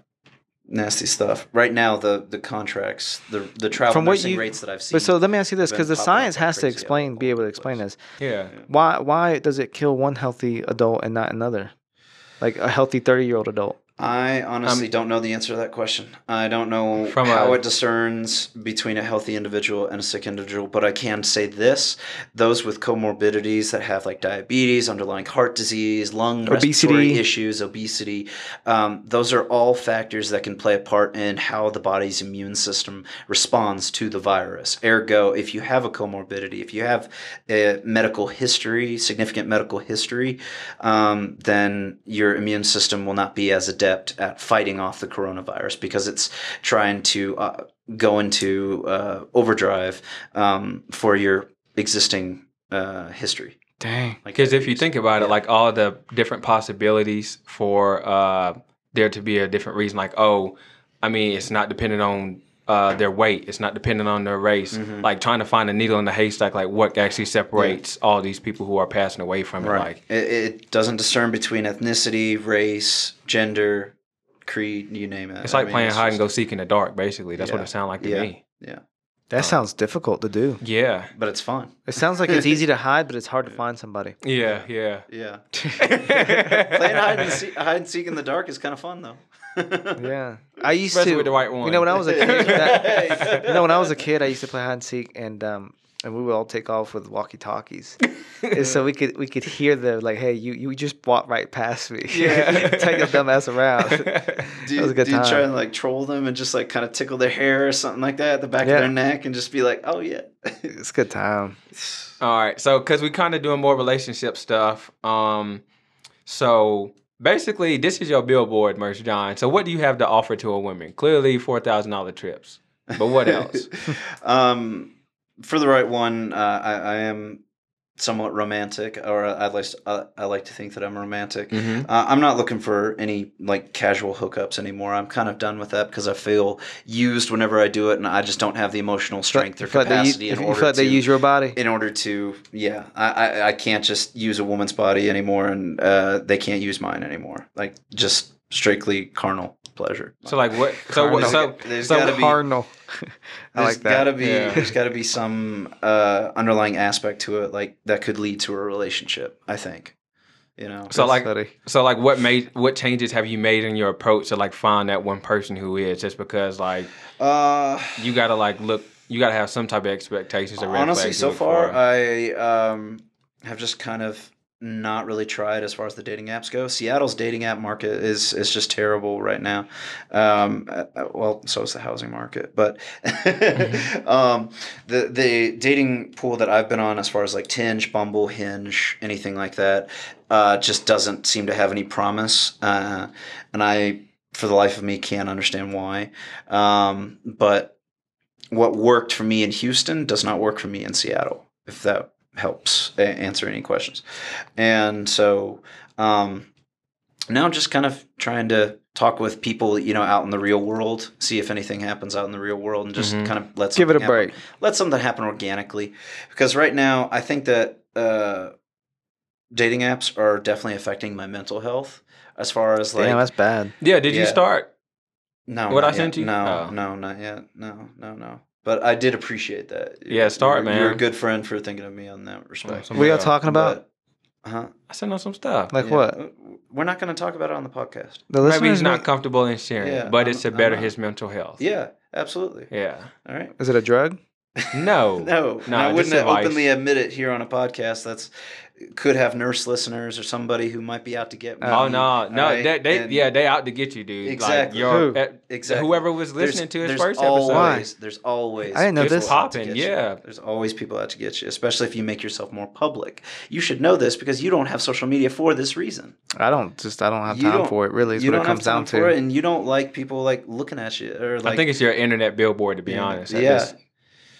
S5: nasty stuff right now the the contracts the the travel
S2: From what
S5: nursing
S2: you-
S5: rates that i've seen
S2: But so let me ask you this,
S5: been
S2: because the
S5: popping up
S2: science
S5: like
S2: has to
S5: crazy
S2: explain,
S5: all
S2: be able to
S5: over the
S2: explain
S5: place.
S2: this.
S3: yeah.
S2: Why why does it kill one healthy adult and not another? Like a healthy thirty year old adult.
S5: i
S2: Um,
S5: honestly don't know the answer to that question i don't know
S3: From
S5: how
S3: a-
S5: it discerns between a healthy individual and a sick individual but i can say this those with comorbidities that have like diabetes underlying heart disease lung respiratory
S2: Obesity.
S5: issues, obesity. Um, those are all factors that can play a part in how the body's immune system responds to the virus. Ergo, if you have a comorbidity, if you have a medical history, significant medical history, um, then your immune system will not be as adept at fighting off the coronavirus because it's trying to uh, go into uh, overdrive um, for your existing uh, history.
S2: Dang.
S5: Like
S3: Because if you think about it, like all the different possibilities for uh, there to be a different reason, like oh, I mean, it's not dependent on uh, their weight, it's not dependent on their race.
S5: Mm-hmm.
S3: Like trying to find a needle in the haystack, like what actually separates all these people who are passing away from it. Like
S5: it, it doesn't discern between ethnicity, race, gender, creed, you name it.
S3: it's
S5: I
S3: like
S5: mean,
S3: playing hide and
S5: just-
S3: go seek in the dark. Basically, that's what
S5: Yeah.
S3: it sounds like to
S5: Yeah.
S3: me.
S5: Yeah,
S2: That
S5: Uh.
S2: sounds difficult to do.
S3: Yeah,
S5: but it's fun.
S2: It sounds like it's easy to hide, but it's hard to find somebody.
S3: yeah, yeah.
S5: Yeah, playing hide and, seek, hide and seek in the dark is kind of fun though.
S2: Yeah. I used
S3: Especially
S2: to
S3: with the right
S2: You
S3: one.
S2: know when I was a kid that- You know when I was a kid I used to play hide and seek and um and we would all take off with walkie talkies. and so we could we could hear them like, hey, you, you just walked right past me.
S3: Yeah.
S2: take your dumb ass around.
S5: Do
S2: That
S5: you,
S2: was a good
S5: do you try
S2: time.
S5: and like troll them and just like kind of tickle their hair or something like that at the back
S2: Yeah.
S5: of their neck and just be like, "Oh yeah."
S2: It's a good time.
S3: All right. So, because we kind of doing more relationship stuff. Um, so basically, this is your billboard merch, John. So, what do you have to offer to a woman? Clearly, four thousand dollar trips. But what else?
S5: um, for the right one, uh, I, I am somewhat romantic, or I like uh, I like to think that I'm romantic.
S2: Mm-hmm.
S5: Uh, I'm not looking for any like casual hookups anymore. I'm kind of done with that because I feel used whenever I do it, and I just don't have the emotional strength or
S2: You feel like they use-
S5: capacity
S2: you
S5: in
S2: feel
S5: order
S2: like they
S5: to
S2: use your body.
S5: in order to yeah I, I i can't just use a woman's body anymore and uh they can't use mine anymore like just strictly carnal pleasure
S3: So like what? So what? So
S5: There's
S3: so
S5: gotta be-
S6: Cardinal. I
S5: There's
S6: like that.
S5: gotta be
S3: yeah.
S5: there's gotta be some uh underlying aspect to it like that could lead to a relationship i think you know
S3: So like
S6: Study.
S3: so like what made what changes have you made in your approach to like find that one person who is just because like
S5: uh
S3: you gotta like look you gotta have some type of expectations or red
S5: honestly
S3: flags you
S5: so
S3: look
S5: far uh,
S3: for.
S5: i um have just kind of not really tried as far as the dating apps go seattle's dating app market is is just terrible right now um uh, uh, well so is the housing market but um the the dating pool that i've been on as far as like tinge bumble hinge anything like that uh just doesn't seem to have any promise uh and i for the life of me can't understand why um but what worked for me in Houston does not work for me in Seattle, if that helps a- answer any questions. And so um, now I'm just kind of trying to talk with people, you know, out in the real world, see if anything happens out in the real world and just
S3: Mhm.
S5: kind of let
S6: Mm-hmm. Give it a
S5: something happen.
S6: break.
S5: Let something happen organically. Because right now, I think that uh, dating apps are definitely affecting my mental health as far as like.
S6: Damn, that's bad.
S3: yeah did you
S5: yeah.
S3: start
S5: No.
S3: What
S5: not
S3: I sent
S5: yet.
S3: you?
S5: No,
S3: Oh.
S5: no, not yet. No, no, no. But I did appreciate that.
S3: Yeah, start,
S5: You're a
S3: man.
S5: good friend for thinking of me on that respect.
S3: Some
S6: What are y'all
S3: stuff.
S6: talking about?
S5: But, huh?
S3: I sent on some stuff
S6: Like
S5: Yeah.
S6: what?
S5: Uh, We're not going to talk about it on the podcast.
S6: The
S3: maybe he's
S6: listeners
S3: not
S6: may-
S3: comfortable in sharing it,
S5: Yeah,
S3: but
S5: I'm-
S3: it's to
S5: I'm
S3: better
S5: not.
S3: his mental health
S5: Yeah, absolutely.
S3: yeah
S5: All right.
S6: Is it a drug?
S3: no
S5: No, and
S3: Nah,
S5: I
S3: just
S5: wouldn't
S3: advice.
S5: openly admit it here on a podcast. That's could have nurse listeners or somebody who might be out to get me.
S3: Oh no, no,
S5: Alright,
S3: they, they
S5: Um, and-
S3: yeah, they out to get you, dude.
S5: Exactly.
S3: Like, your,
S6: Who?
S3: eh,
S5: Exactly.
S3: Whoever was
S5: There's-
S3: listening to his
S5: there's
S3: first episode,
S5: always, There's always.
S6: I didn't know
S5: people
S6: this.
S5: out to
S3: Popping,
S5: get you.
S3: yeah.
S5: There's always people out to get you, especially if you make yourself more public. You should know this because you don't have social media for this reason.
S6: I don't just I don't have
S5: You
S6: time
S5: don't-
S6: for it. Really, is
S5: you
S6: what it
S5: don't have
S6: comes down
S5: time for it,
S6: to.
S5: and you don't like people like looking at you or like.
S3: I think it's your internet billboard, to be honest. at
S5: Yeah.
S3: this-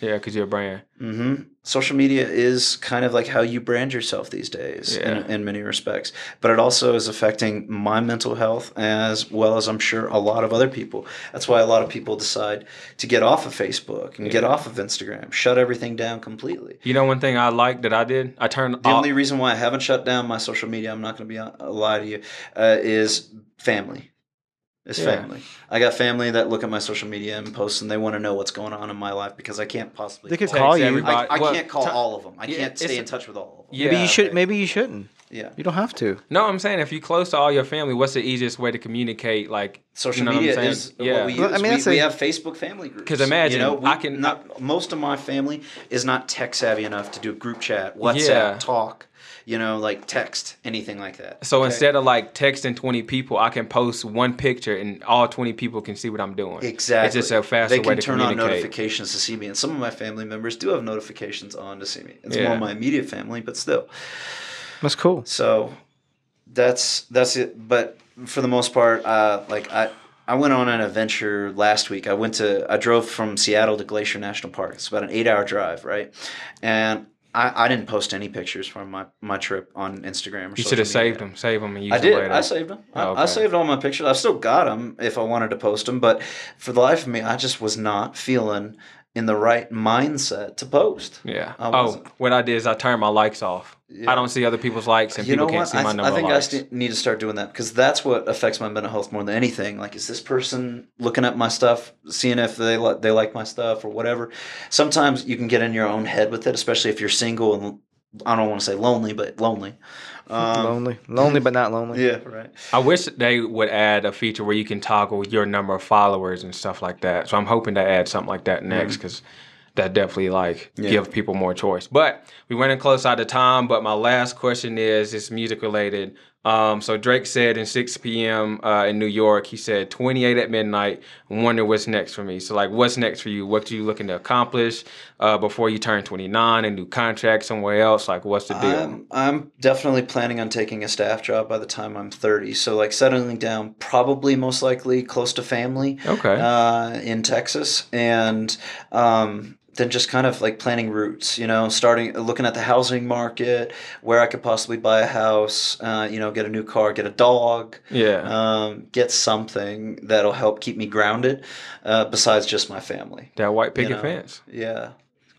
S3: yeah, because you're a brand.
S5: hmm Social media is kind of like how you brand yourself these days
S3: Yeah.
S5: in, in many respects, but it also is affecting my mental health as well as I'm sure a lot of other people. That's why a lot of people decide to get off of Facebook and get off of Instagram, shut everything down completely.
S3: You know, one thing I like that I did, I turned
S5: The
S3: all-
S5: only reason why I haven't shut down my social media, I'm not going to be a lie to you, uh, is family. It's
S3: Yeah.
S5: family. I got family that look at my social media and posts, and they want to know what's going on in my life because I can't possibly.
S6: They could
S5: call-
S3: text
S6: call you.
S3: everybody-
S5: I, I
S3: well,
S5: can't call
S3: t-
S5: all of them. I
S3: yeah,
S5: can't
S3: it's-
S5: stay in touch with all of them.
S3: Yeah,
S6: Maybe you should.
S5: right.
S6: Maybe you shouldn't.
S5: Yeah.
S6: You don't have to.
S3: No, I'm saying if you're close to all your family, what's the easiest way to communicate? Like
S5: Social
S3: you know what I'm
S5: media
S3: saying?
S5: is
S3: yeah.
S5: what we use.
S6: Well, I mean,
S5: we,
S6: that's
S5: we
S6: a-
S5: have Facebook family groups.
S3: 'Cause imagine,
S5: you know, we,
S3: I can-
S5: not most of my family is not tech savvy enough to do group chat, WhatsApp,
S3: Yeah.
S5: talk, you know, like text, anything like that.
S3: so
S5: Okay?
S3: instead of like texting 20 people, I can post one picture and all 20 people can see what I'm doing.
S5: Exactly.
S3: It's just a faster
S5: They can
S3: way to
S5: turn on
S3: communicate.
S5: notifications to see me, and some of my family members do have notifications on to see me. It's
S3: Yeah.
S5: more my immediate family, but still.
S6: That's cool.
S5: So that's that's it. But for the most part, uh, like I. I went on an adventure last week. I went to I drove from Seattle to Glacier National Park. It's about an eight hour drive, right? And I, I didn't post any pictures from my, my trip on Instagram. Or
S3: You
S5: social
S3: should have saved
S5: media.
S3: them, save them, and use
S5: I
S3: them
S5: did.
S3: later.
S5: I saved them. I,
S3: Oh,
S5: I
S3: okay.
S5: saved all my pictures. I've still got them if I wanted to post them, but for the life of me, I just was not feeling in the right mindset to post.
S3: yeah.
S5: I
S3: oh,
S5: wasn't.
S3: what I did is I turned my likes off. I don't see other people's likes, and
S5: you know
S3: people can't
S5: what?
S3: see
S5: I,
S3: my
S5: th-
S3: number
S5: I think
S3: of
S5: I
S3: likes.
S5: st- need to start doing that because that's what affects my mental health more than anything. Like, is this person looking at my stuff, seeing if they li- they like my stuff or whatever? Sometimes you can get in your own head with it, especially if you're single and I don't want to say lonely, but lonely. Um,
S6: lonely, lonely, but not lonely.
S5: Yeah, right.
S3: I wish they would add a feature where you can toggle your number of followers and stuff like that. So I'm hoping to add something like
S5: Mm-hmm.
S3: that next because that definitely like give people more choice. But we went in close out of time. But my last question is it's music related. Um, so Drake said in 6 p.m. Uh, in New York, he said 28 at midnight. Wonder what's next for me. So like, what's next for you? What are you looking to accomplish uh, before you turn 29? A new contract somewhere else? Like, what's the deal?
S5: I'm, I'm definitely planning on taking a staff job by the time I'm 30. So, like, settling down, probably most likely close to family
S3: okay.
S5: uh, in Texas. And um, then just kind of like planning routes, you know, starting looking at the housing market, where I could possibly buy a house, uh, you know, get a new car, get a dog,
S3: Yeah.
S5: um, get something that'll help keep me grounded, uh, besides just my family.
S3: that white picket
S5: know.
S3: fence.
S5: Yeah.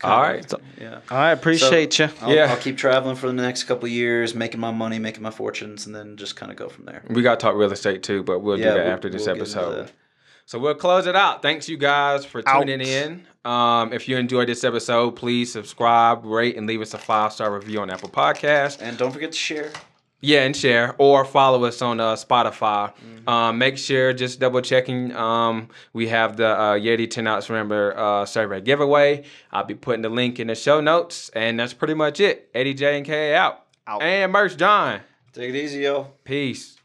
S3: All right.
S5: Yeah.
S6: I appreciate you.
S5: I'll,
S3: Yeah.
S5: I'll keep traveling for the next couple of years, making my money, making my fortunes, and then just kind of go from there.
S3: We got to talk real estate too, but we'll do that
S5: we'll-
S3: after this
S5: we'll get into
S3: episode.
S5: that.
S3: So we'll close it out. Thanks you guys for tuning in. Um, if you enjoyed this episode, please subscribe, rate, and leave us a five star review on Apple Podcasts.
S5: And don't forget to share.
S3: Yeah, and share or follow us on uh, Spotify.
S5: Mm-hmm.
S3: Um, make sure just double checking. Um, we have the uh, Yeti Ten Ounce Remember uh, Survey giveaway. I'll be putting the link in the show notes, and that's pretty much it. Eddie J and K out. out. And Merch John.
S5: Take it easy, yo.
S3: Peace.